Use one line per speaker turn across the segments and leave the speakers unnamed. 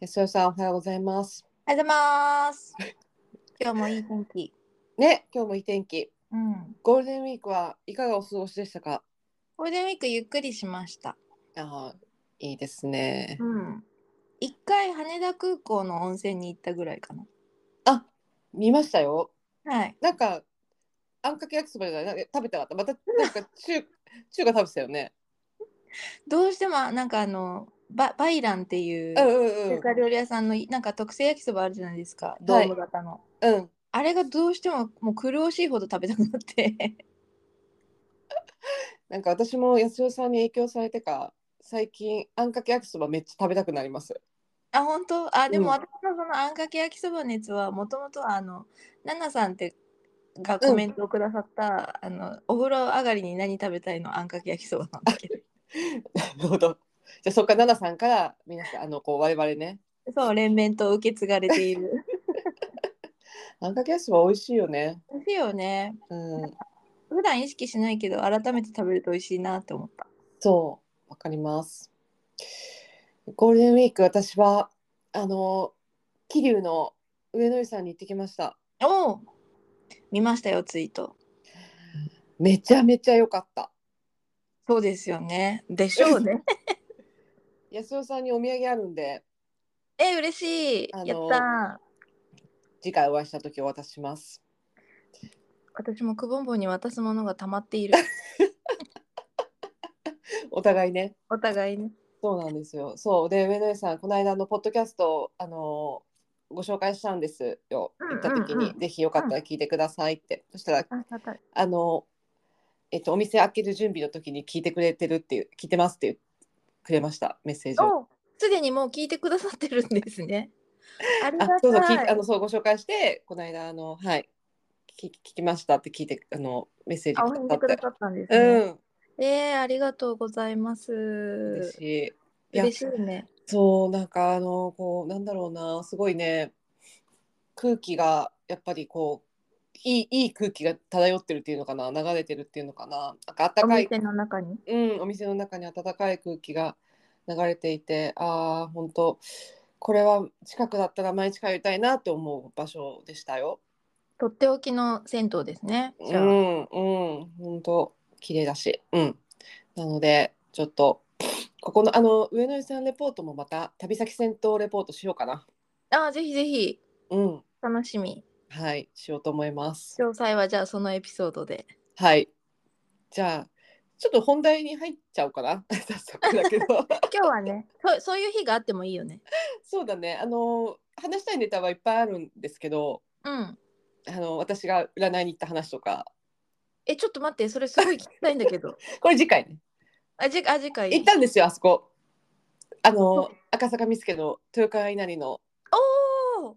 安代さんおはようございます。
おはようございます。今日もいい天気。
ね、今日もいい天気。
うん。
ゴールデンウィークはいかがお過ごしでしたか。
ゴールデンウィークゆっくりしました。
ああ、いいですね。
ん。一回羽田空港の温泉に行ったぐらいかな。
あ、見ましたよ。
はい。
なんかあんかけ焼きそばじゃない、なんか食べたかった。またなん か中中華食べてたよね。
どうしてもなんかあのババイランっていう
うん
中
うんうん。
華料理屋さんのなんか特製焼きそばあるじゃないですか。ドーム型の。
うん。
あれがどうしてももう苦しいほど食べたくなって。
なんか私も安代さんに影響されてか。最近あんかけ焼きそばめっちゃ食べたくなります。
あ、本当あ、で
うん
も私のそのあんかけ焼きそば熱はもともとあの、ナナさんってがコメントをくださった、あの、お風呂上がりに何食べたいのあんかけ焼きそばなんだけ ど。
なるほど。じゃあそっか奈々さんから皆さんあのこう我々ね。
そう、連綿と受け継がれている。
あんかけ焼きそば美味しいよね。
美味しいよね。
うん。
普段意識しないけど、改めて食べると美味しいなって思った。
そう、わかります。ゴールデンウィーク、私は、あの、桐生の上野湯さんに行ってきました。
おお見ましたよ、ツイート。
めちゃめちゃ良かった。
そうですよね。でしょう ね。
安代さんにお土産あるんで、
え、嬉しい。
あの
やった
次回お会いした時お渡しします。
ー。私もくぼんぼんに渡すものが溜まっている。
お互いね。
お互いね。
そうなんですよ。そう、で、上野湯さん、この間のポッドキャスト、あの、ご紹介したんですよ。
うん
行った時に、
うんうん
ぜひよかったら聞いてくださいって。そしたら、
あ、たた。
あの、えっと、お店開ける準備の時に聞いてくれてるっていう、聞いてますって言ってくれました、メッセージを。
おすでにもう聞いてくださってるんですね。あり
あ
がたい。
そうそう、聞いあの、そう、ご紹介して、この間、あの、はい。聞き聞きましたって聞いて、あの、メッセージ
あお
く
返
だ
事く
さっ
だ
て。
さったんですね。
うん、
えー、ありがとうございます。
嬉
嬉
し
し
い。い
い
や、
ね。
そう、なんか、あの、こう、なんだろうな、すごいね。空気が、やっぱり、こう。いい、いい空気が漂ってるっていうのかな、流れてるっていうのかな、なんか、
お
暖かい
店の中に。
うん、お店の中に温かい空気が流れていて、ああ、本当、これは近くだったら毎日通いたいなと思う場所でしたよ。
とっておきの銭湯ですね。
う
じゃあ、
ん、うん、本当、綺麗だし、うん。なので、ちょっと、ここの、あの、上野湯さんレポートもまた、旅先銭湯レポートしようかな。
あーぜひぜひ
うん、
楽しみ。
はい、しようと思います。
詳細はじゃあそのエピソードで。
はい。じゃあ、ちょっと本題に入っちゃおうかな、 早速だけど。
今日はね、そうそういう日があってもいいよね。
そうだね、あの、話したいネタはいっぱいあるんですけど、
うん。
あの私が占いに行った話とか
え、ちょっと待って、それすごい聞きたいんだけど。
これ次回ね
あ、じあ次回。
行ったんですよあそこあの赤坂見附の豊川稲荷の
おお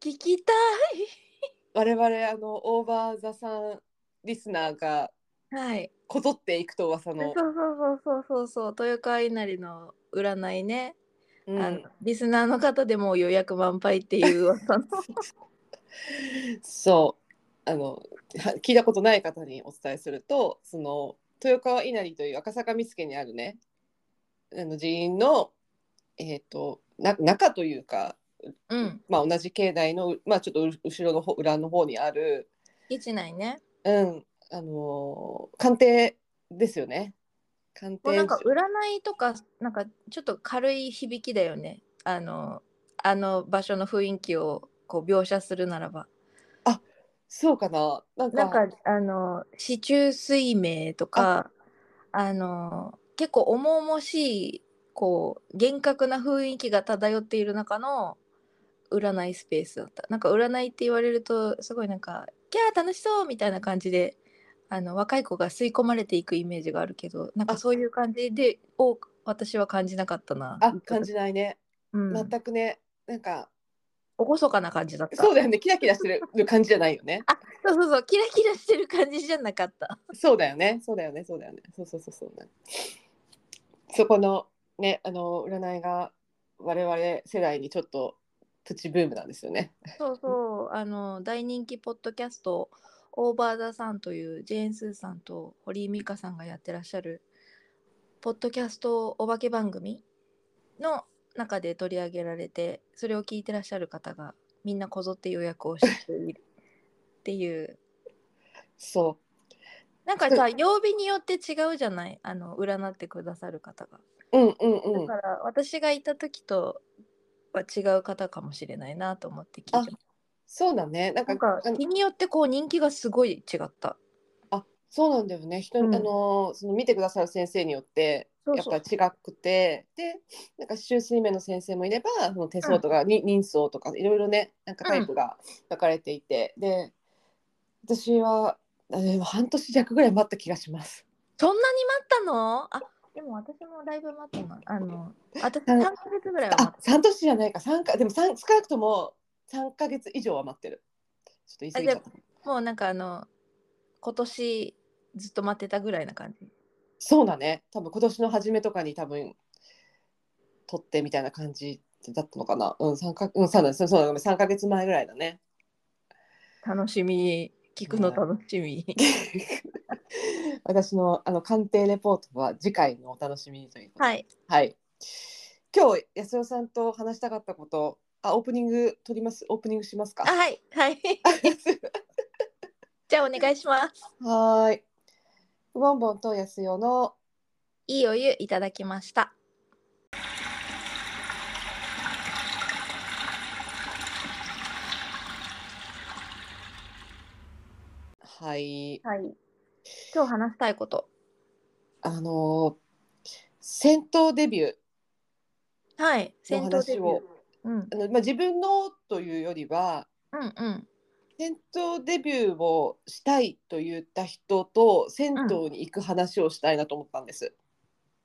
聞きた
我々あのオーバー・ザ・さんリスナーが
い。はい。
こぞっていくと噂
そう
の、
そうそうそうそうそう豊川稲荷の占いね、
うん
あのリスナーの方でもう予約満杯っていう噂の
そうあのは聞いたことない方にお伝えするとその豊川稲荷という赤坂見附にあるねあの寺院の、えー、とな中というか、
うん
まあ、同じ境内の、まあ、ちょっとう後ろの方裏の方にある
基地内ね
うん、あのー鑑定ですよね。鑑
もう
定
なんか占いとかなんかちょっと軽い響きだよねあのあの場所の雰囲気をこう描写するならば
そうかな、なんか
なんかあの四柱水明とかあの結構重々しいこう厳格な雰囲気が漂っている中の占いスペースだったなんか占いって言われるとすごいなんか「キャー楽しそう!」みたいな感じであの若い子が吸い込まれていくイメージがあるけどなん
あ
かそういう感じでを私は感じなかったな。
あ感、じないね、
う
全
ん、
くね、なんか
厳かな感じだった。
そうだよね、キラキラしてる感じじゃないよね。
そうそうそうキラキラしてる感じじゃなかった。
そうだよね、そうだよね、そうだよね、そうそうそうそう、そこのね、あの占いが我々世代にちょっとプチブームなんですよね。
そうそう、あの大人気ポッドキャスト「オーバー・ザ・さん」というジェーン・スーさんと堀井美香さんがやってらっしゃるポッドキャストお化け番組の中で取り上げられてそれを聞いてらっしゃる方がみんなこぞって予約をしているっていう
そ
なんかさ曜日によって違うじゃないあの占ってくださる方が
う。うんうんう
だ
ん
か。ら私がいた時とは違う方かもしれないなと思って聞いてます
そうだね。なんか
なんか
あの
日によってこう人気がすごい違った
あそうなんだよね人、
うん
あのその見てくださる先生によって
そう
やっ
そう
ぱり違くてでなんか修水面の先生もいればその手相とか、に人相とかいろいろねなんかタイプが分かれていて、で私はあでも半年弱ぐらい待った気がします。
そんなに待ったのあでも私もだいぶ待ったなあの私
あ
3ヶ月ぐらいは待っ
あ三3年じゃないか3かでも三少なくとも3か月以上は待ってる。ちょっと言い過ぎちゃった。
たもうなんかあの今年ずっと待ってたぐらいな感じ
そうだね多分今年の初めとかに多分取ってみたいな感じだったのかなうん3か,、うん、そうだねそうだねごめん3ヶ月前ぐらいだね
楽しみ聞くの楽し み、
私のあの鑑定レポートは次回のお楽しみにということで
はい
はい今日安代さんと話したかったことあオープニング取りますオープニングしますか
あはいはい じゃあお願いします
はーいボンボンと安代の
いいお湯いただきました
はい
はい今日話したいこと
あの戦闘デビュー
はい
の話
ュー
を
うん
あの、まあ、自分のというよりは
うんうん
銭湯デビューをしたいと言った人と銭湯に行く話をしたいなと思ったんです。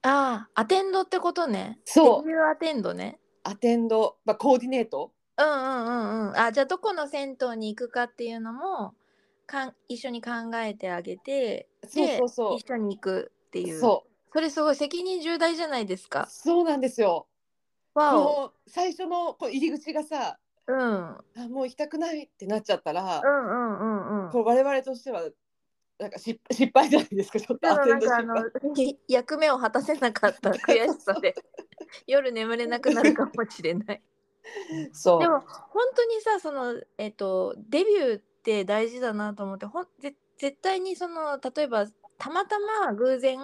ああアテンドってことね
そう
デビューアテンドね
アテンド、まあ、コーディネート
うんうんうんうんあじゃあどこの銭湯に行くかっていうのもかん一緒に考えてあげて
そうそうそう
一緒に行くっていう
そう
それすごい責任重大じゃないですか
そうなんですよ。
わお
この最初のこう入り口がさ
うんうん
あもう行きたくないってなっちゃったら、
うんうんうん
こう我々としてはなんか失失敗じゃないですかちょっ
で
と
も
アテ
な
ン
ん
ド失
かあ
敗
の役目を果たせなかった悔しさで夜眠れなくなるかもしれない
そう
でも本当にさそのえっ、とデビューって大事だなと思ってほんぜ絶対にその例えばたまたま偶然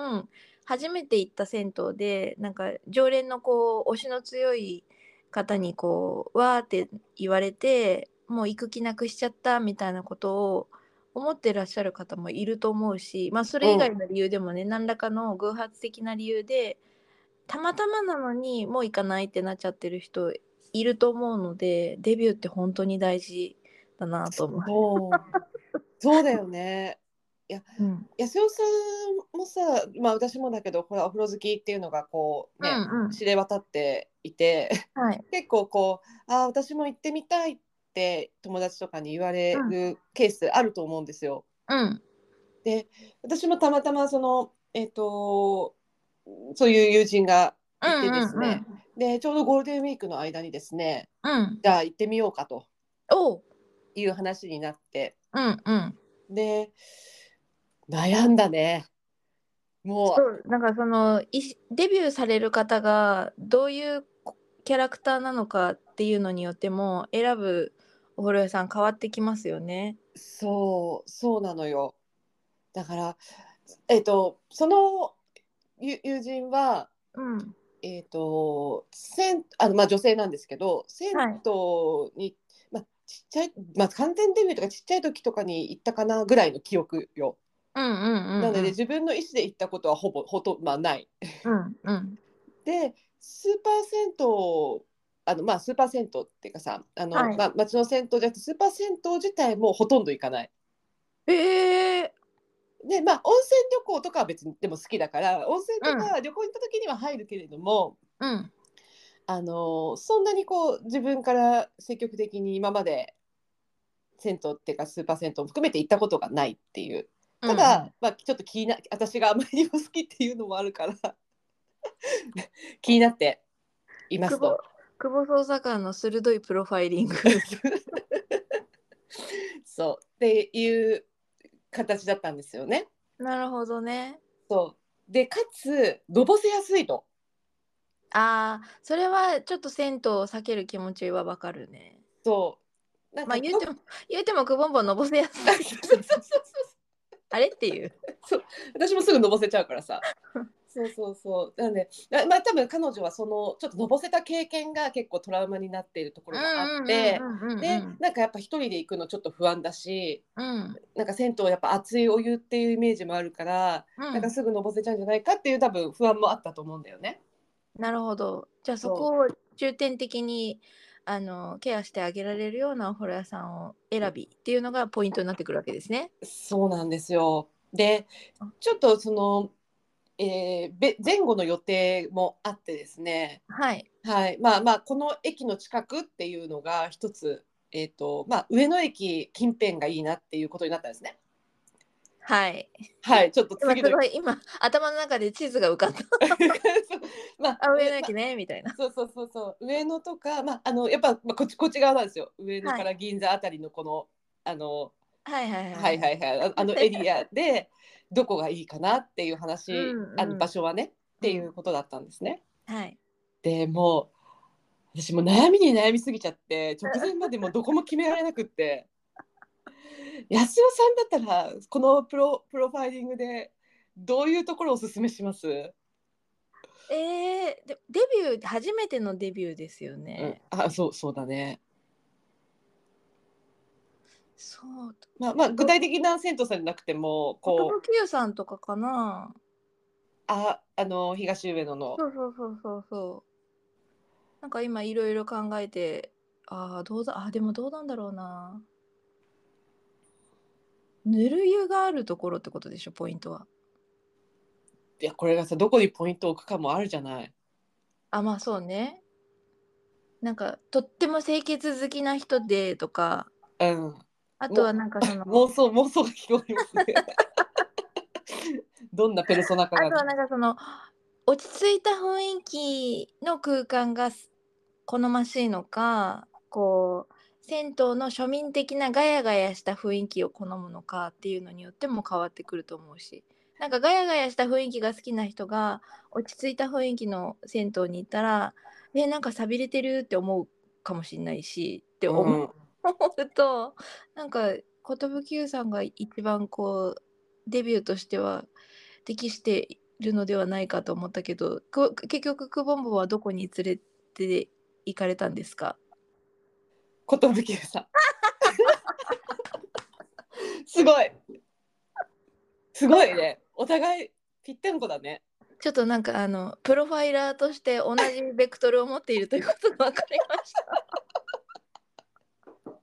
初めて行った銭湯でなんか常連のこう推しの強い方にこうわーって言われてもう行く気なくしちゃったみたいなことを思ってらっしゃる方もいると思うし、まあ、それ以外の理由でもね、何らかの偶発的な理由でたまたまなのにもう行かないってなっちゃってる人いると思うのでデビューって本当に大事だなと思
そうそうだよね。
う。うん
安代さんもさ、まあ、私もだけどほらお風呂好きっていうのがこうね、
うんうん
知れ渡っていて。
はい、
結構こうあー私も行ってみたいって友達とかに言われるケースあると思うんですよ。
うん
で私もたまたまそのえっ、とそういう友人がいてですね、でちょうどゴールデンウィークの間にですね
うんうん
じゃあ行ってみようかと
おう
いう話になって
うんうん
で悩んだねも
そううなんかそのいしデビューされる方がどういうキャラクターなのかっていうのによっても選ぶお風呂屋さん変わってきますよね。
そうそうなのよだからえっ、とその友友人は
うん、
えー、と銭あの、まあ、女性なんですけど銭湯に、まあ、ちっちゃい、まあ、完全デビューとかちっちゃい時とかに行ったかなぐらいの記憶よ、
うんうんうんうん
なので自分の意思で行ったことはほぼほとんど、まあ、ない
うんうん
でスーパー銭湯あのまあスーパー銭湯っていうかさあの、
はい
まあ、町の銭湯じゃなくてスーパー銭湯自体もほとんど行かない
ええ
でまあ温泉旅行とかは別にでも好きだから温泉とか旅行に行った時には入るけれども、
うん
あのそんなにこう自分から積極的に今まで銭湯っていうかスーパー銭湯も含めて行ったことがないっていうただ、まあ、ちょっと気にな私があまりにも好きっていうのもあるから 気になっています
久
と
保。久保捜査官の鋭いプロファイリン グ
そうっていう形だったんですよね。
なるほどね
そうでかつのぼせやすいと
ああそれはちょっと銭湯を避ける気持ちはわかるね
そうなんか
まあ言うても 言うてもくぼんぼんのぼせやす い
そうそうそうそう
あれっていう
私もすぐのぼせちゃうからさそうそうそうなんであまあ多分彼女はそのちょっとのぼせた経験が結構トラウマになっているところがあって、
うんうんうんうん
でなんかやっぱ一人で行くのちょっと不安だし
うん
なんか銭湯やっぱ熱いお湯っていうイメージもあるから、
うん
なんかすぐのぼせちゃうんじゃないかっていう多分不安もあったと思うんだよね。
なるほどじゃあそ
そう
こを重点的にあのケアしてあげられるようなお風呂屋さんを選びっていうのがポイントになってくるわけですね。
そうなんですよでちょっとその、えーべ前後の予定もあってですね
はい。
はい、まあまあこの駅の近くっていうのが一つ、えーとまあ、上野駅近辺がいいなっていうことになったんですね。
はい。
はい、ちょっと
今
次
す
の
ごい今頭の中で地図が浮かんだ。
まあ
あ上野駅ね みたいな。
そうそうそうそう上野とか、まあ、あのやっぱ、まあ、こっちこっち側なんですよ上野から銀座あたりのこの、あの
はいはいはい。
はいはいはいああのエリアでどこがいいかなっていう話、
うんうん
あの場所はねっていうことだったんですね。
はい。
でもう私もう悩みに悩みすぎちゃって直前までもうどこも決められなくって 安代さんだったらこのプロプロファイリングでどういうところをおすすめします、
えー、でデビュー初めてのデビューですよね。
あそうそうだね、
そう。
まあ、まあ具体的な銭湯さんじゃなくても
こ
こう
う。キヨさんとかかな。
ああの東上野の
そうそうそうそうそう。なんか今いろいろ考えて、ああ、どうだ、あーでもどうなんだろうな。ぬる湯があるところってことでしょ、ポイントは。
いやこれがさどこにポイントを置くかもあるじゃない。
あ、まあそうね。なんかとっても清潔好きな人でとか、
うん、
あとはなんかその、
妄想妄想が聞こえますね。 どんなペルソナか
あとは
が。
なんかその、落ち着いた雰囲気の空間がす好ましいのか、こう、銭湯の庶民的なガヤガヤした雰囲気を好むのかっていうのによっても変わってくると思うし、なんかガヤガヤした雰囲気が好きな人が落ち着いた雰囲気の銭湯に行ったら、え、なんか寂れてるって思うかもしれないし、って思
うん
う思うと、なんか寿優さんが一番こう、デビューとしては適しているのではないかと思ったけどく結局くぼんぼはどこに連れて行かれたんですか
ことぶきさん。すごい。すごいね。お互いぴったんこだね。
ちょっとなんかあのプロファイラーとして同じベクトルを持っているということが分かり ました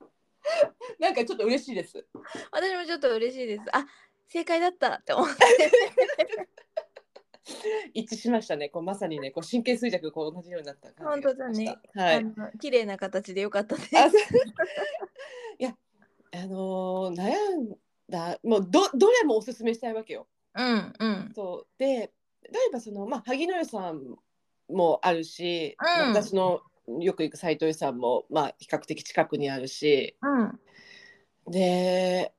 なんかちょっと嬉しいです。
私もちょっと嬉しいですあ正解だったって思って
一致しましたね。こうまさにね、こう神経衰弱こう同じようになった感じがしました
本。
は
あ
い。
の綺麗な形でよかったです
あそう いや、あのー悩んだ、もうどどれもおすすめしたいわけよ。
うんうん
そうで、例えばそのまあ萩野湯さんもあるし、
うん
私のよく行く斎藤湯さんもまあ比較的近くにあるし、
うん
で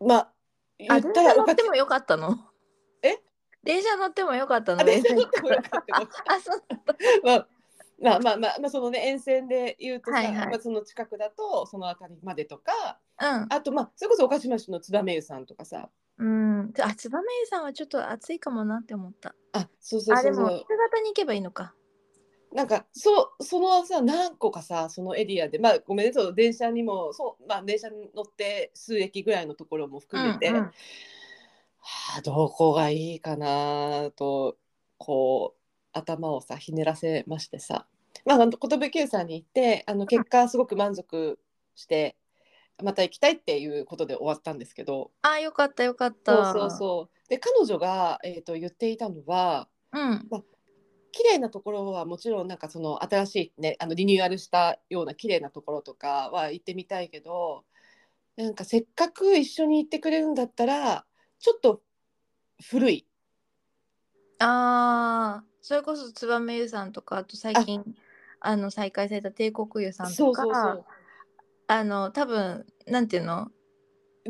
まあ言
あ
っ
電
た
車
ら
乗
お
って
か
もよかったの
え
電車乗ってもよかったの
あ電車乗ってもよかったの
あそう
まあまあまあまあ、まあ、そのね沿線で言うとさ、
はいはい
まあ、その近くだとその辺りまでとか
うん
あとまあそれこそ岡島市の津田名湯さんとかさ
うん、ちょあ、つばめ湯さんはちょっと暑いかもなって思った。
あそうそう
あ、
そ
で
うそ
も、
う
夕方に行けばいいのか。
なんかそうそのさ何個かさそのエリアでまあごめんねその電車にもそう、まあ、電車に乗って数駅ぐらいのところも含めて、
うんうん
はあ、どこがいいかなとこう頭をさひねらせましてさ、まあ、あの寿湯さんに行ってあの結果すごく満足してまた行きたいっていうことで終わったんですけど
あ、よかったよかっ
そう
た。
そうそうで彼女が、えー、と言っていたのは
うん、
綺麗なところはもちろんなんかその新しいねあのリニューアルしたような綺麗なところとかは行ってみたいけどなんかせっかく一緒に行ってくれるんだったらちょっと古い。
ああ、それこそつばめ湯さんとか、あと最近、あの、再開された帝国湯さんと
そう
か、
そうそう
あの、多分、なんていうの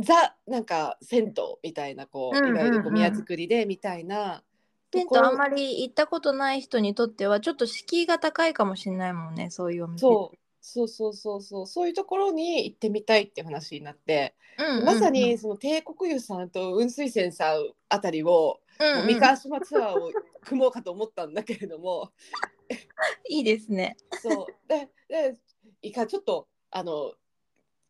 ザなんか銭湯みたいなこう、
うんうんうん
いわゆるこう宮造りでみたいな
テントあんまり行ったことない人にとってはちょっと敷居が高いかもしれないもんねそういうお店
そうそうそうそうそうそういうところに行ってみたいって話になって、
うんうんうん、
まさにその帝国湯さんと雲水泉さんあたりを、
うんうん
三河島ツアーを組もうかと思ったんだけれども
いいですね
そうででいかんちょっとあの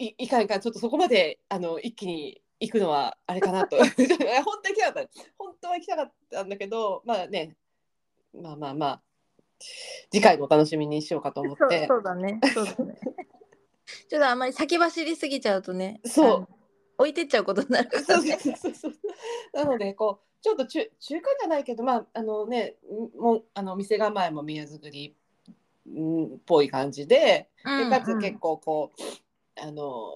いいかんいかんちょっとそこまであの一気に行くのはあれか なと本当に行きたかった本当は行きたかったんだけどまあねまあまあまあ次回のお楽しみにしようかと思
そ
っ
う
て
そうだね。そうだね。 ちょっとあんまり先走りすぎちゃうとね。
そう
あの。置いてっちゃうことになるか
そ
ら
うそう
ね。
そうそうなのでこうちょっと中中間じゃないけどまああのねんもうあの店構えも宮造りんっぽい感じで
うん
でかつ結構こうあの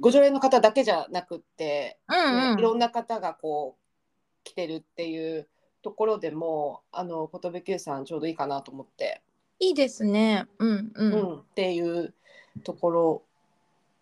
ご常連の方だけじゃなくって、
うん
ね
うん
いろんな方がこう来てるっていうところでもあの寿久さんちょうどいいかなと思って、
いいですね。うんう。
うんんっていうところ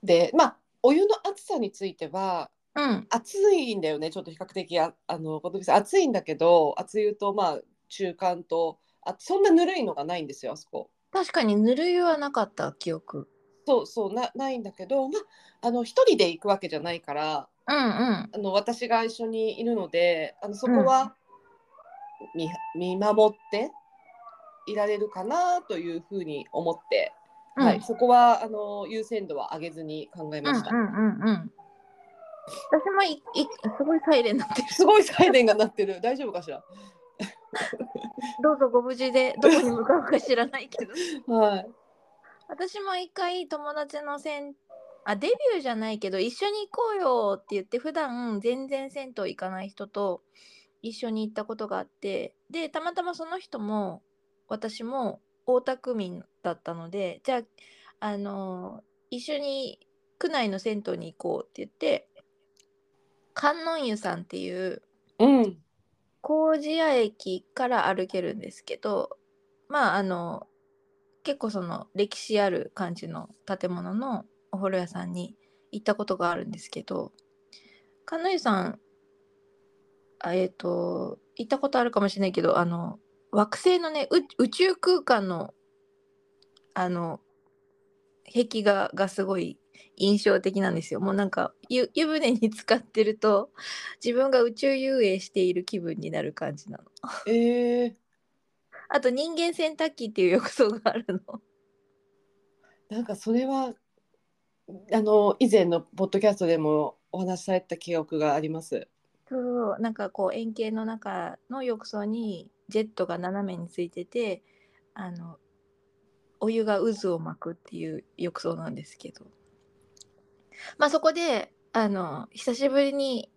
でまあお湯の熱さについては
うん。
暑いんだよねちょっと比較的ああの小峠さん暑いんだけど熱湯とまあ中間とあそんなぬるいのがないんですよあそこ
確かにぬるいはなかった記憶。
そうそうなないんだけどまああの一人で行くわけじゃないから
うんうん。
あの私が一緒にいるのであのそこは見,、見守っていられるかなというふうに思って、は
う
い、
ん
そこはあの優先度は上げずに考え
う
ま
ん
した、
うんうんうん。私もいいすごいサイレンになってる。
すごいサイレンが鳴ってる大丈夫かしら
どうぞご無事でどこに向かうか知らないけど。
はい
私も一回友達のせんあデビューじゃないけど一緒に行こうよって言って普段全然銭湯行かない人と一緒に行ったことがあってでたまたまその人も私も大田区民だったのでじゃあ、あの一緒に区内の銭湯に行こうって言って観音湯さんっていう
うん
麹屋駅から歩けるんですけどまああの結構その歴史ある感じの建物のお風呂屋さんに行ったことがあるんですけどカヌイさんあえっ、と行ったことあるかもしれないけどあの惑星のねう宇宙空間のあの壁画がすごい印象的なんですよ。もうなんか湯湯船に浸かってると自分が宇宙遊泳している気分になる感じなの。
えー、
あと人間洗濯機っていう浴槽があるの。
なんかそれはあの以前のポッドキャストでもお話しされた記憶があります。
そうなんかこう円形の中の浴槽にジェットが斜めについててあのお湯が渦を巻くっていう浴槽なんですけどまあそこであの久しぶりに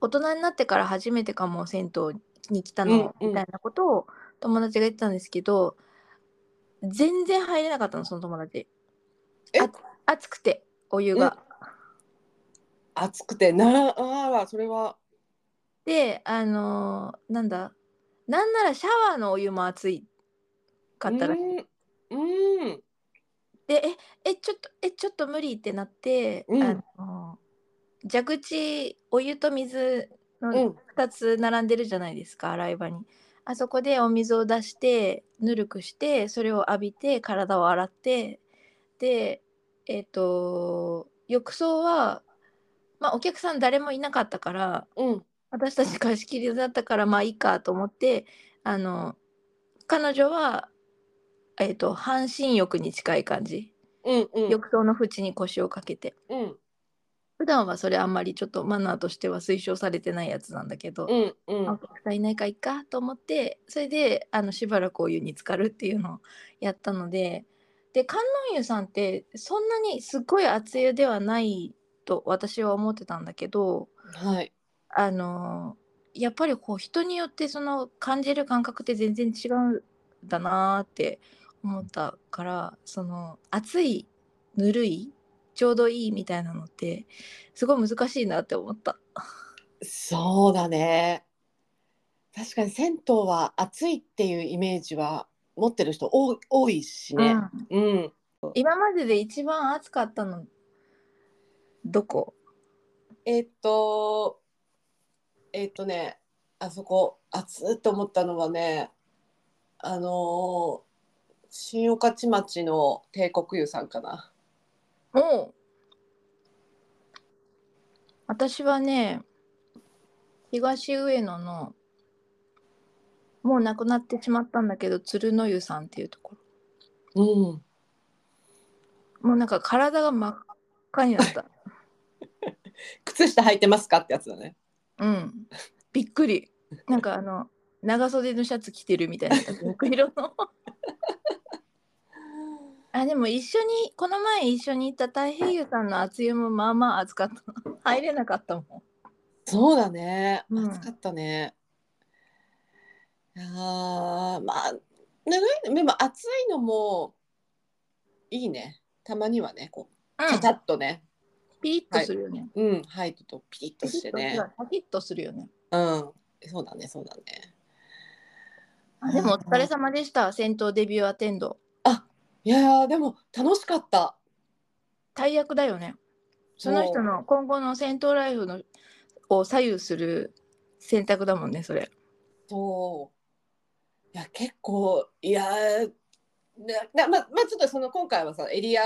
大人になってから初めてかも銭湯に来たの
うんうん
みたいなことを友達が言ってたんですけど、全然入れなかったのその友達
え
あ熱くてお湯が。
暑くてなあらそれは
であのーなんだなんならシャワーのお湯も熱いかったらしい
うんうん
でええちょっとえちょっと無理ってなって、
うん
あのー蛇口お湯と水
う
の
ん
2つ並んでるじゃないですか、洗い場にあそこでお水を出してぬるくしてそれを浴びて体を洗ってでえっ、と浴槽はまあお客さん誰もいなかったから
うん
私たち貸し切りだったからまあいいかと思ってあの彼女は、えっと半身浴に近い感じ、
うんうん
浴槽の縁に腰をかけて
うん
普段はそれあんまりちょっとマナーとしては推奨されてないやつなんだけど、
うんう
あお
ん
客さんいないかいっかと思ってそれであのしばらくお湯に浸かるっていうのをやったのでで観音湯さんってそんなにすっごい熱湯ではないと私は思ってたんだけど
はい
あのやっぱりこう人によってその感じる感覚って全然違うんだなーって思ったからその暑いぬるいちょうどいいみたいなのってすごい難しいなって思った。
そうだね確かに銭湯は暑いっていうイメージは持ってる人多い多いしね
うん
うん
今までで一番暑かったのどこ
えっとえっとねあそこ熱っと思ったのはねあのー新御徒町の帝国湯さんかな。
おう私はね東上野のもう亡くなってしまったんだけど鶴の湯さんっていうとこ
うん、
ろもうなんか体が真っ赤になった
靴下履いてますかってやつだね。
うんびっくりなんかあの長袖のシャツ着てるみたいなピンク色のあでも一緒にこの前一緒に行った太平洋さんの熱湯もまあまあ暑かったな入れなかったもん
そうだね。
うん
暑かったね。ああ、まあ、ねでも暑いのもいいね。たまにはね、こう、
う
カ
ん
チャッとね、
ピリッとするよね、
うん、入るとピリッとしてね。
パキッとするよね。
うん、そうだね、そうだね。
あでもお疲れ様でした。戦闘デビューアテンド。
いやー、でも楽しかった。
大役だよね。その人の今後の戦闘ライフのを左右する選択だもんね、それ。
そう。いや、結構、いやー、ななままあ、ちょっとその今回はさ、エリア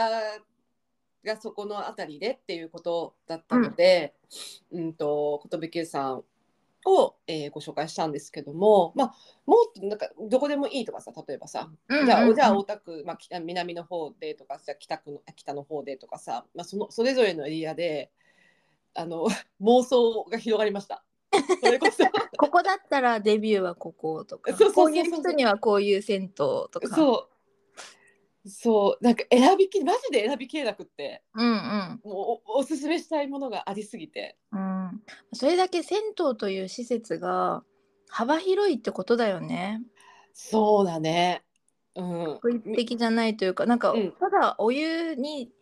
がそこの辺りでっていうことだったので、うん、と、寿恵さんを、えーご紹介したんですけども、まあ、もっとなんか、どこでもいいとかさ、例えばさ、
うん
じゃ
う
あ、
ん
じゃあ大田区、まあ、北南の方でとかさ北区の北の方でとかさ、まあ、そのそれぞれのエリアであの 妄想が広がりました。それこそ
ここだったらデビューはこことか、
そうそうそうそう
こういう人にはこういう戦闘とか。
そうそうなんか選びきマジで選びきれなくって
うんうん
もうおおすすめしたいものがありすぎて
うん。それだけ銭湯という施設が幅広いってことだよね。
そうだねうん
一的じゃないというかなんか、
うん
ただお湯に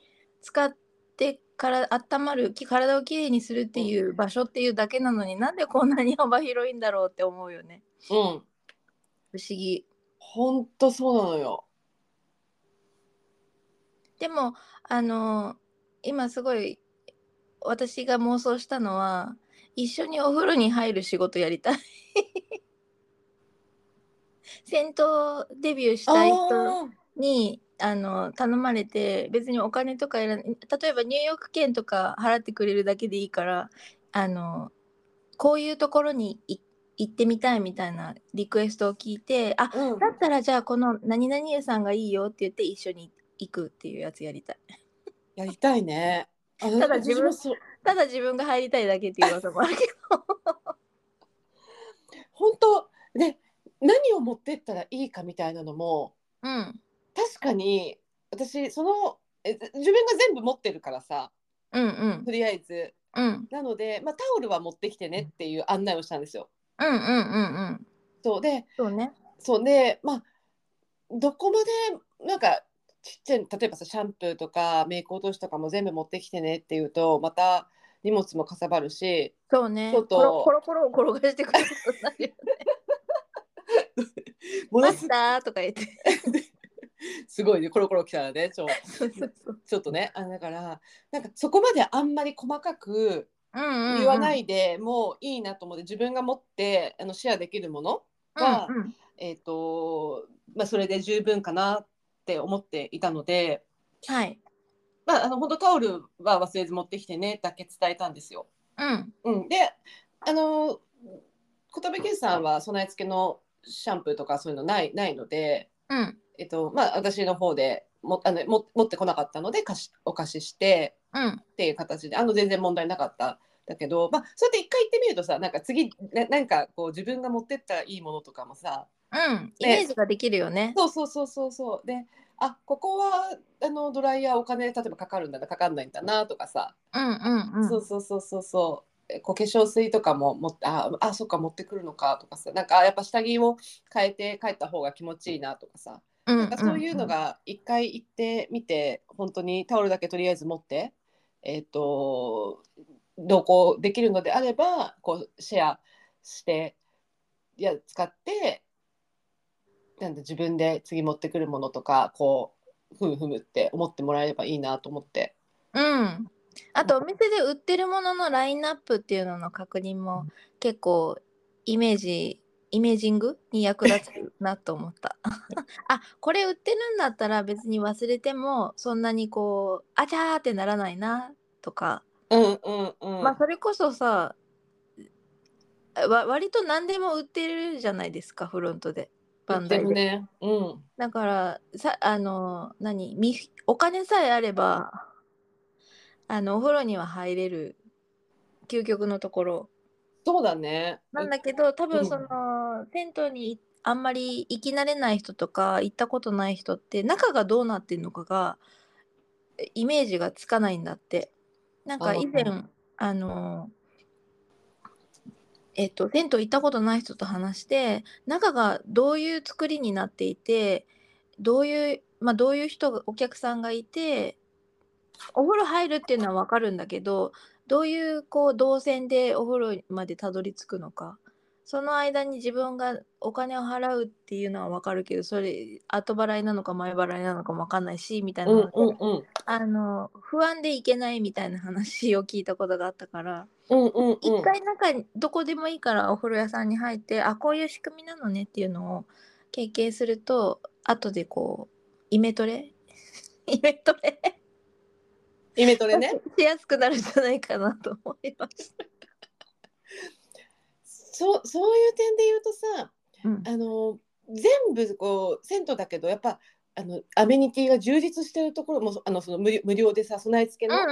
使ってから温まるき体をきれいにするっていう場所っていうだけなのになんでこんなに幅広いんだろうって思うよね
うん
不思議
ほんとそうなのよ
でもあの今すごい私が妄想したのは一緒にお風呂に入る仕事やりたい 戦闘デビューしたい人
あー
にあの頼まれて別にお金とかいらない例えば入浴券とか払ってくれるだけでいいからあのこういうところにい行ってみたいみたいなリクエストを聞いてあ
うん
だったらじゃあこの何々湯さんがいいよって言って一緒に行くっていうやつやりたい
やりたいねた
ただ自分
そう
ただ自分が入りたいだけっていう噂もあ るけど
本当ね何を持ってったらいいかみたいなのも
うん
確かに私そのえ自分が全部持ってるからさ
うんうん
とりあえず
うん
なので、まあ、タオルは持ってきてねっていう案内をしたんですよ。
うんうんうんうん
そうで
そうね
そうでまあどこまでなんかちっちゃい例えばさシャンプーとかメイク落としとかも全部持ってきてねっていうとまた荷物もかさばるし
そうね
ちょっと
コロコロコロを転がしてくることになるよ
もの
マ
す
スターとか言って
すごいねコロコロ来たらねちょ
そうそうそう
ちょっとねあだからなんかそこまであんまり細かく
言
言わないでもういいなと思って自分が持ってあのシェアできるものが
うんうん
えーとまあ、それで十分かなって思っていたので、
はい。
まあ、あの本当タオルは忘れず持ってきてねだけ伝えたんですよ。
うん。
うん、であの琴部圭さんは備え付けのシャンプーとかそういうのないないので、
うん。
えっとまあ、私の方でもあのも持ってこなかったので貸しお貸しして
うん。
っていう形であの全然問題なかった。だけど、まあ、そうやって一回行ってみるとさなんか次ななんかこう自分が持ってったらいいものとかもさ
うん。イメージができるよね。
そうそうそうそうそうであここはあのドライヤーお金例えばかかるんだなかかんないんだなとかさ、
うんうんうん。
そうそうそうそうそうえこう化粧水とかも持ってああそっか持ってくるのかとかさなんかあやっぱ下着を変えて帰った方が気持ちいいなとかさ、
うん
なんかそういうの。が一回行ってみて本当にタオルだけとりあえず持ってえっ、と同行できるのであればこうシェアしていや使ってなんだ自分で次持ってくるものとかこうふむふむって思ってもらえればいいなと思って。
うん。あとお店で売ってるもののラインナップっていうのの確認も結構イメージイメージングに役立つなと思った あこれ売ってるんだったら別に忘れてもそんなにこうあちゃーってならないなとか、
うんうんうん。
まあそれこそさわ割と何でも売ってるじゃないですかフロントでバンダ
で
イ
も
で、
ね、うん。
だからさあの何みお金さえあればあのお風呂には入れる究極のところ
そうだね。
なんだけど多
うん
分その銭湯にあんまり行き慣れない人とか行ったことない人って中がどうなってんのかがえイメージがつかないんだってなん
あ
か以前
う
あのえっと銭湯行ったことない人と話して中がどういう作りになっていてどういうまあどういう人がお客さんがいてお風呂入るっていうのは分かるんだけどどういうこう動線でお風呂までたどり着くのかその間に自分がお金を払うっていうのは分かるけどそれ後払いなのか前払いなのかも分かんないしみたいな、
うんうんうん。
あの不安でいけないみたいな話を聞いたことがあったから
うんうん
一、
うん。
回なんかどこでもいいからお風呂屋さんに入ってあこういう仕組みなのねっていうのを経験すると後でこうイメトレ イメトレ
イメトレね。
しやすくなるんじゃないかなと思いまし
そうそういう点で言うとさ、
た。うん
あの全部こう銭湯だけどやっぱあのアメニティが充実してるところもそあのその無料無料でさ備え付けの、
うん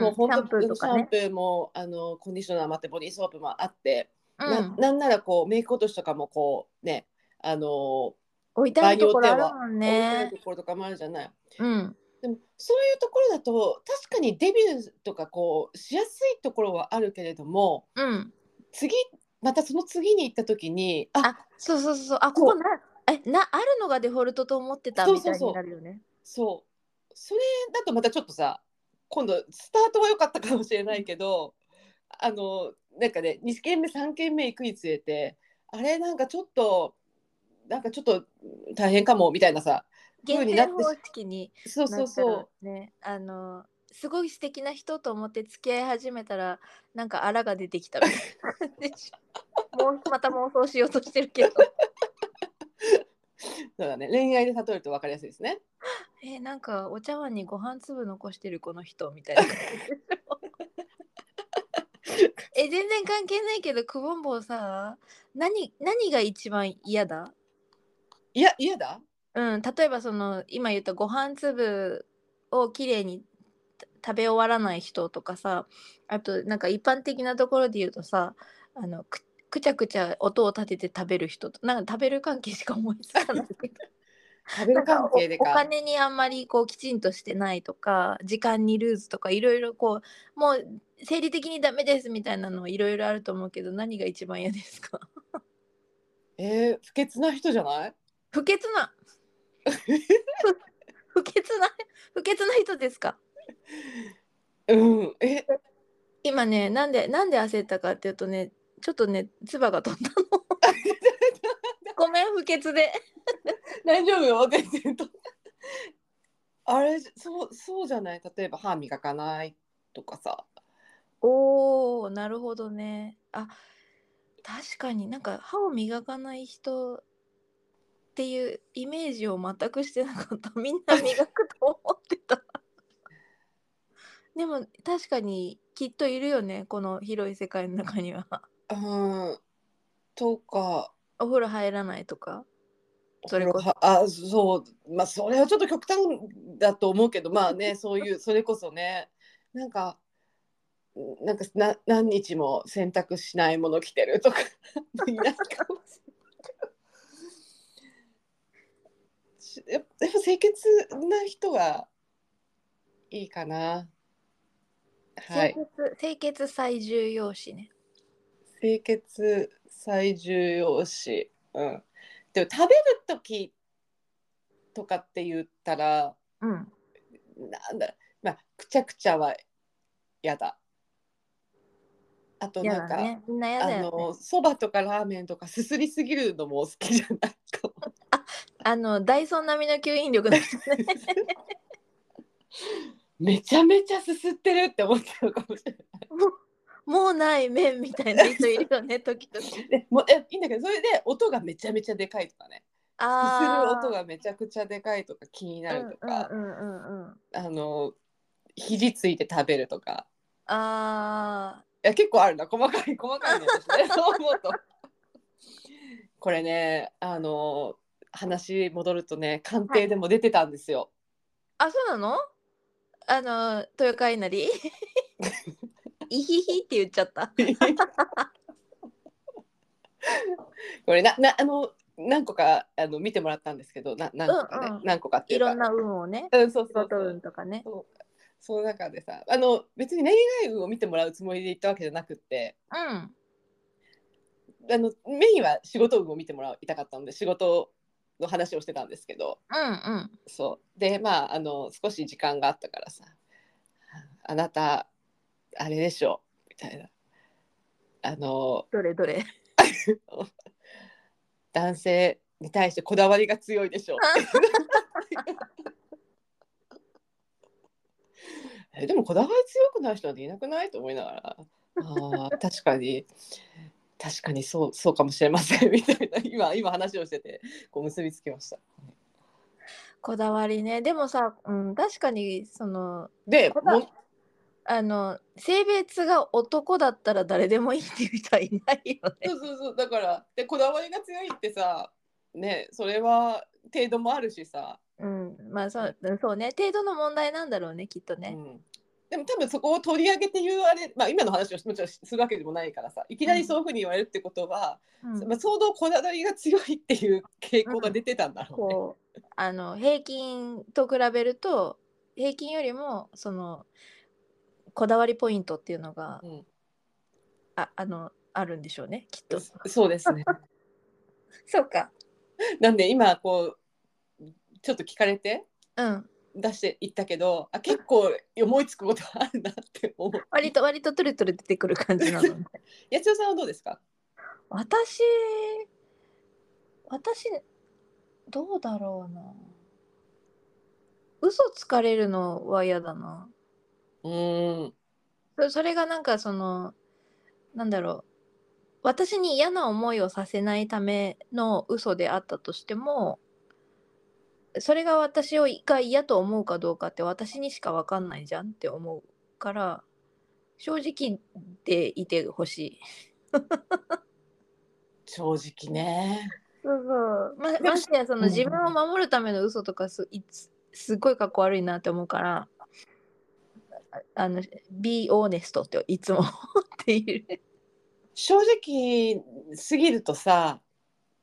もう本当
シャンプーとか
シャン
ね。
プーもあのコンディショナーもあってボディーソープもあって、
う、
なんなんならこうメイク落としとかもこうねあの
置いてあるところあるもん
置い
ね
て。るところとかもあるじゃない。
うん。
でもそういうところだと確かにデビューとかこうしやすいところはあるけれども
うん。
次またその次に行った時にあ
あ、そうそうそうそう。あ、ここな、え、な、あるのがデフォルトと思ってたみたいになるよね。
そうそれだとまたちょっとさ今度スタートは良かったかもしれないけどあのなんかね2軒目3軒目行くにつれてあれなんかちょっとなんかちょっと大変かもみたいなさ
減
風になっ
点
てし
方式に
そう
な
そう
ったら
そ
ね、あの。すごい素敵な人と思って付き合い始めたらなんかあらが出てきたみたいな感じでし ょもうまた妄想しようとしてるけど
う そうだね恋愛で例えると分かりやすいですね。
えなんかお茶碗にご飯粒残してるこの人みた いな感じでしょえ全然関係ないけどくぼんぼうさ何何が一番嫌だ
いや嫌だ
うん例えばその今言ったご飯粒をきれいに食べ終わらない人とかさあとなんか一般的なところで言うとさあのくくちゃくちゃ音を立てて食べる人となんか食べる関係しか思い つかないけど
食べる関係でか
なんかおお金にあんまりこうきちんとしてないとか時間にルーズとかいろいろこうもう生理的にダメですみたいなのいろいろあると思うけど何が一番嫌ですか
えー不潔な人じゃない
不潔 な不潔な不潔な人ですか
うんえ
今ねなんでなんで焦ったかっていうとねちょっとね唾が飛んだの ごめん不潔で
大丈夫よ全然とあれそうそうじゃない例えば歯磨かないとかさ
おー なるほどねあ確かになんか歯を磨かない人っていうイメージを全くしてなかった みんな磨くと思ってたでも確かにきっといるよねこの広い世界の中には
うんとか
お風呂入らないとかそれこそ
はあそうまあそれはちょっと極端だと思うけどまあ ねそういうそれこそねなんかなんかな何日も洗濯しないもの着てるとか いないかもしれないやっぱやっぱ清潔な人がいいかなはい
清潔清潔最重要視ね
清潔最重要視うんでも食べる時とかって言ったら
うん
なんだまあくちゃくちゃはやだあと
嫌
なん
だ
か、
ねみんな嫌
あ
だよ、ね、
のそばとかラーメンとかすすりすぎるのも好きじゃないかも
あのダイソン並みの吸引力の人 ね
めちゃめちゃすすってるって思っちゃうかもしれない
もうもうない麺みたいな人いるよね時 々
でもうえいいんだけどそれで音がめちゃめちゃでかいとかねす
あ
する
ー
音がめちゃくちゃでかいとか気になるとか、
うんうんうんうんうん
あの肘ついて食べるとか
あ
いや結構あるな細かい細かいのですねそう思うとこれねあの話戻るとね鑑定でも出てたんですよ、
ーあそうなのあの豊川稲 荷イヒヒって言っちゃった
これななあの何個かあの見てもらったんですけどな何個かね、
うんうん
何個かってい
いう
か
ろんな運をね
うんそう
仕
そう
事
そう
運とかね
その中でさあの別に恋愛運を見てもらうつもりで行ったわけじゃなくって
うん
あのメインは仕事運を見てもらいたかったので仕事の話をしてたんですけど
うんうん
そうでまああの少し時間があったからさ「あなたあれでしょ」みたいなあの
どれどれ
男性に対してこだわりが強いで しょえでもこだわり強くない人なんていなくないと思いながらあー確かに確かにそうそうかもしれませんみたいな今今話をしててこう結びつきました。
こだわりねでもさ、うん、確かにその
で
こだ
も
あの性別が男だったら誰でもいいっていう人はいないよね。
そうそうそうだからでこだわりが強いってさねそれは程度もあるしさ、
うん、まあそうそうね程度の問題なんだろうねきっと
う
ね。
ん、でも多分そこを取り上げて言われ、まあ、今の話をもちろんするわけでもないからさいきなりそういうふうに言われるってことは、
うん
まあ、相当こだわりが強いっていう傾向が出てたんだろうね。
こうあの平均と比べると平均よりもそのこだわりポイントっていうのが
うん
ああのあるんでしょうねきっと。
そうですね
そうか。
なんで今こうちょっと聞かれて
うん、
出していったけどあ結構思いつくことあるなって思 う。
割と割とトゥルトゥル出てくる感じなのね。
八千代さんはどうですか
私私どうだろうな嘘つかれるのは嫌だな
うん
そそれがなんかそのなんだろう私に嫌な思いをさせないための嘘であったとしてもそれが私をが嫌と思うかどうかって私にしか分かんないじゃんって思うから正直でいてほしい。
正直ね。
そうそうま
も
ましてやそ
うん
の自分を守るための嘘とかすいつすっごいかっこ悪いなって思うからああの「be honest」っていつも思っている
正直すぎるとさ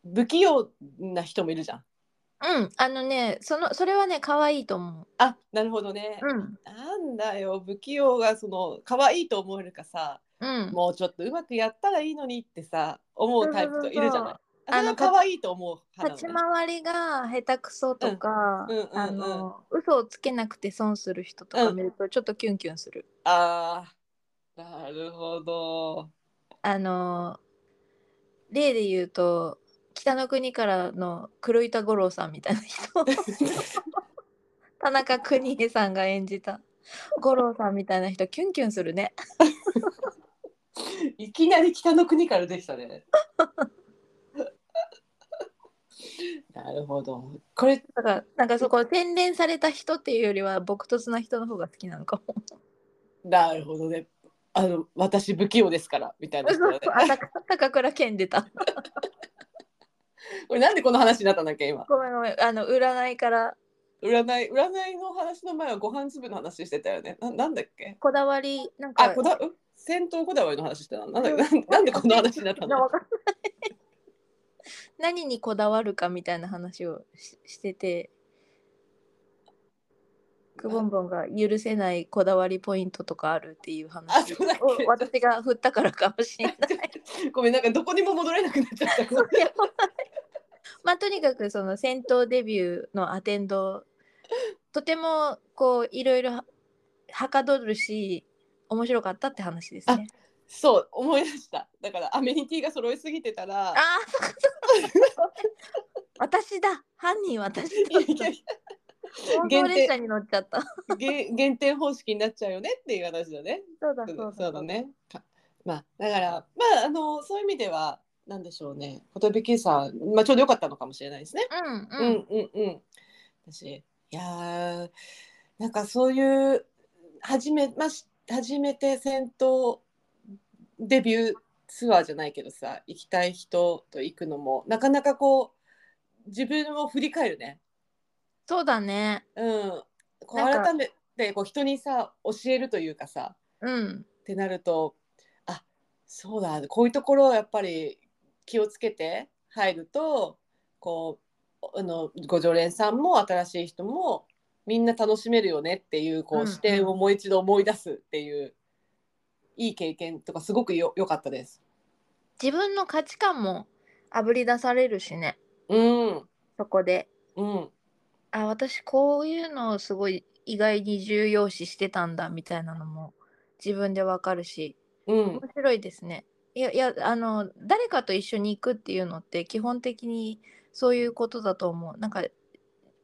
不器用な人もいるじゃん。
うんあのねそのそれはね可愛いと思
あなるほどね
う。。うん
なんだよ不器用がその可愛いと思えるかさ
うん
もうちょっとうまくやったらいいのにってさ思うタイプといるじゃない。あ
あ
れは
の
可愛いと思う派
立
な
ち
のね。
回りが下手くそとか、
うんうんうんうん
あの嘘をつけなくて損する人とか見るとちょっとキュンキュンする。
あーなるほど。
あの例で言うと北の国からの黒板五郎さんみたいな人田中邦衛さんが演じた五郎さんみたいな人キュンキュンするね
いきなり北の国からできたね。 なるほど。これ
だからなんかそこ洗練された人っていうよりは朴突な人の方が好きなのかも
なるほどね。あの私不器用ですからみたいな人だね。
あた高倉健出た
俺なんでこの話になったんだっけ今
ごめんごめんあの占いから
占い占いの話の前はご飯粒の話してたよねななんだっけ
こだわりなんか
あこだうん戦闘こだわりの話してたのなんだっけなんなんでこの話になったの
わかんない 何にこだわるかみたいな話をししててくぼんぼんが許せないこだわりポイントとかあるっていう
あ
話を
そうだっけ
私が振ったからかもしれない
ごめんなんかどこにも戻れなくなっちゃった
いや まあとにかくその戦闘デビューのアテンドとてもこういろいろははかどるし面白かったって話ですね。
そう思い出しただからアメニティが揃いすぎてたら
ああ、そっかそっか。私だ。犯人私
いやいや
だ。
い
妄想列車に乗っちゃった。
や減減点方式になっちゃうよねっていう話だね
そうだ
そうだねかまあ、だから、まあ、あの、そういう意味では、なんでしょうね。ことびきさん、まあ、ちょうど良かったのかもしれないですね。
う
う
ん
ん、うん、うん。私、いやーなんか、そういう、初め、まし、初めて戦闘。デビューツアーじゃないけどさ、行きたい人と行くのも、なかなかこう。自分を振り返るね。
そうだね
うん。こう
なんか
改めて、こう、人にさ、教えるというかさ。
うん
ってなるとあそうだこういうところをやっぱり気をつけて入るとこうあのご常連さんも新しい人もみんな楽しめるよねっていうこ
うんう
うん視点をもう一度思い出すっていう、いい経験とかすごくよ良かったです。
自分の価値観もあぶり出されるしね
うん、
そこで
うん、
あ私こういうのをすごい意外に重要視してたんだみたいなのも自分でわかるし
うん
面、白いですね。いやいやあの誰かと一緒に行くっていうのって基本的にそういうことだと思う。なんか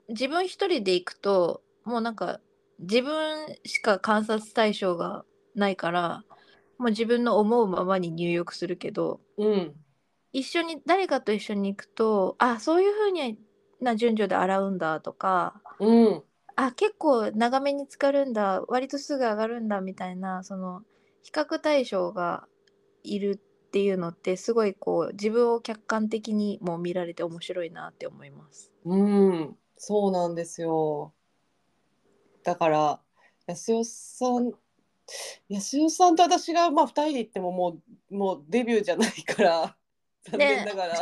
自分一人で行くともうなんか自分しか観察対象がないからもう自分の思うままに入浴するけど
うん、
一緒に誰かと一緒に行くとあそういう風にな順序で洗うんだとか
うん、
あ結構長めに浸かるんだ割とすぐ上がるんだみたいなその比較対象がいるっていうのってすごいこう自分を客観的にも見られて面白いなって思います。
うん、そうなんですよ。だから安代さん安代さんと私がまあ2人で行ってももうもうデビューじゃないから残念ながら、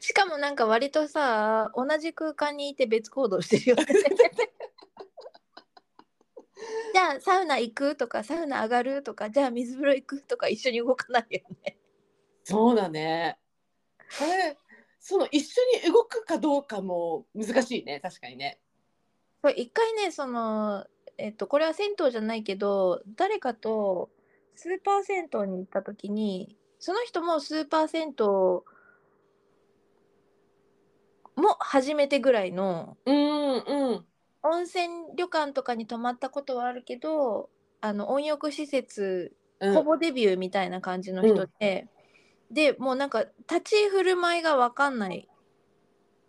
しかもなんか割とさ同じ空間にいて別行動してるよね。 じゃあサウナ行くとかサウナ上がるとかじゃあ水風呂行くとか一緒に動かないよね。
そうだねこれその一緒に動くかどうかも難しいね確かにね
これ一回ねその、えっと、これは銭湯じゃないけど誰かとスーパー銭湯に行った時にその人もスーパー銭湯も初めてぐらいの
うんうん
温泉旅館とかに泊まったことはあるけどあの温浴施設
うん
ほぼデビューみたいな感じの人で、でもうなんか立ち振る舞いが分かんない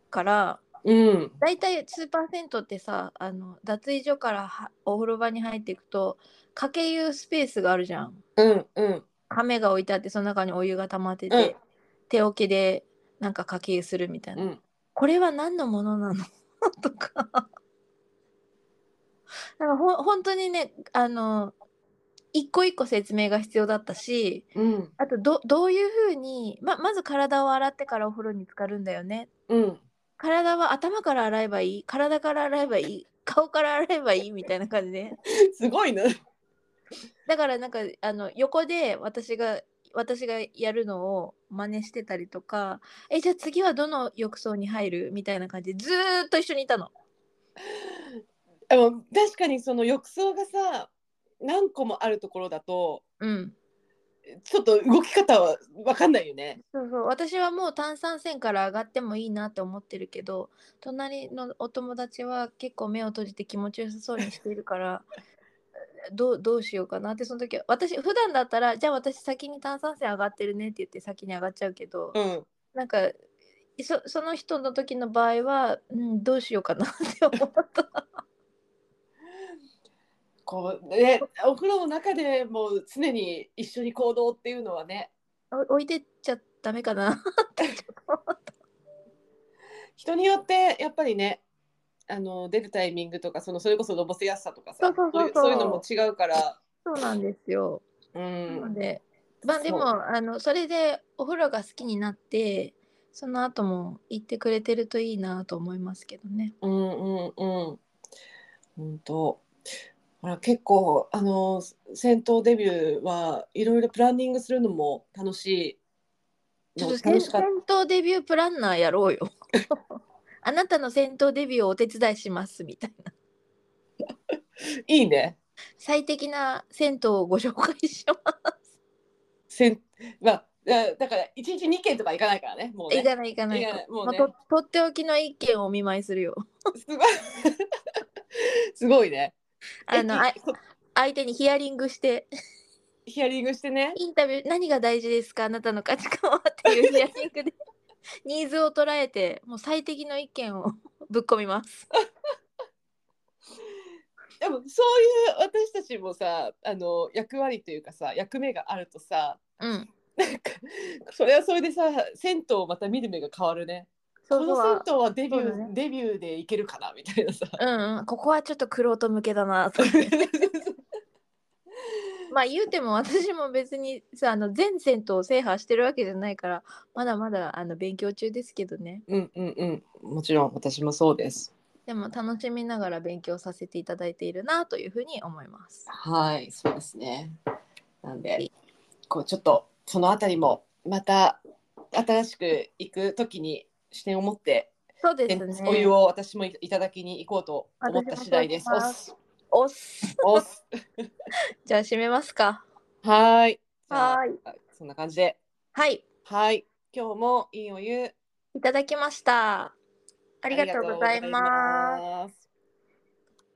から。
うん
大体スーパー銭湯ってさあの脱衣所からはお風呂場に入っていくと掛け湯スペースがあるじゃん
うんうん
亀が置いてあってその中にお湯が溜まってて、
うん
手置きでなんか掛け湯するみたいな、
うん
これは何のものなの とかなんかほ本当にねあの一個一個説明が必要だったし
うん
あとどどういうふうにままず体を洗ってからお風呂に浸かるんだよね
うん
体は頭から洗えばいい体から洗えばいい顔から洗えばいいみたいな感じで
すごいね
だからなんかあの横で私が私がやるのを真似してたりとかえじゃあ次はどの浴槽に入るみたいな感じでずーっと一緒にいたの
でも確かにその浴槽がさ何個もあるところだと
うん
ちょっと動き方は分かんないよね
そうそう私はもう炭酸泉から上がってもいいなって思ってるけど隣のお友達は結構目を閉じて気持ちよさそうにしているからどうどうしようかなってその時は私普段だったらじゃあ私先に炭酸泉上がってるねって言って先に上がっちゃうけど、
うん
なんかそその人の時の場合は、うん、どうしようかなって思った。
こうね、お風呂の中でもう常に一緒に行動っていうのはね
お置いてっちゃダメかな ってちょっと思った
人によってやっぱりねあの出るタイミングとかそのそれこそのぼせやすさとかさ
そうそうそうそう
そういうのも違うから、
そうなんですよ。
う
なん
ん、
で、まあ
そう
でもあのそれでお風呂が好きになってその後も行ってくれてるといいなと思いますけどね。
うんうんうん本当ほら結構あの戦闘デビューはいろいろプランニングするのも楽しい
ちょっ
の
と
楽
戦
しかっ
戦闘デビュープランナーやろうよ。 あなたの戦闘デビューをお手伝いしますみたいな
たいいね
最適な銭湯をご紹介しま
せん、まあ、だだから一日2件とか行かないからねもう
す。
ね
いかないいかない
い
い
かな
かないい。
も
も
う
う
ね
ととっておきの一件をお見舞いするよ。
すごい すごいね
あのあ
駅
相手にヒアリングして
ヒアリングしてね。
インタビュー何が大事ですかあなたの価値観はっていうヒアリン グでニーズを捉えてもう最適の意見を ぶっ込みます。
でもそういう私たちもさあの役割というかさ役目があるとさ
うん。
なんかそれはそれでさ銭湯をまた見る目が変わるね。
そ
この銭湯はデビュ
そうだ
ー、
ね
デビューでいけるかなみたいなさ。
うんうん、ここはちょっとクロート向けだな とまあ言うても私も別にさあの全銭湯を制覇してるわけじゃないからまだまだあの勉強中ですけどね
うんうんうんもちろん私もそうです。
でも楽しみながら勉強させていただいているなというふうに思います
はいそうですね。なん
はい
でこうちょっとそのあたりもまた新しく行く時に視点を持って、
そうですね
お湯を私もいただきに行こうと思った次第です。
私もそうしおっす
おっす
じゃあ締めますか
はーい。じゃあ
はーい
そんな感じで。
はい
はい。今日もいいお湯
いただきましたあ
あ
りがとうござ
りが
います
とうございます。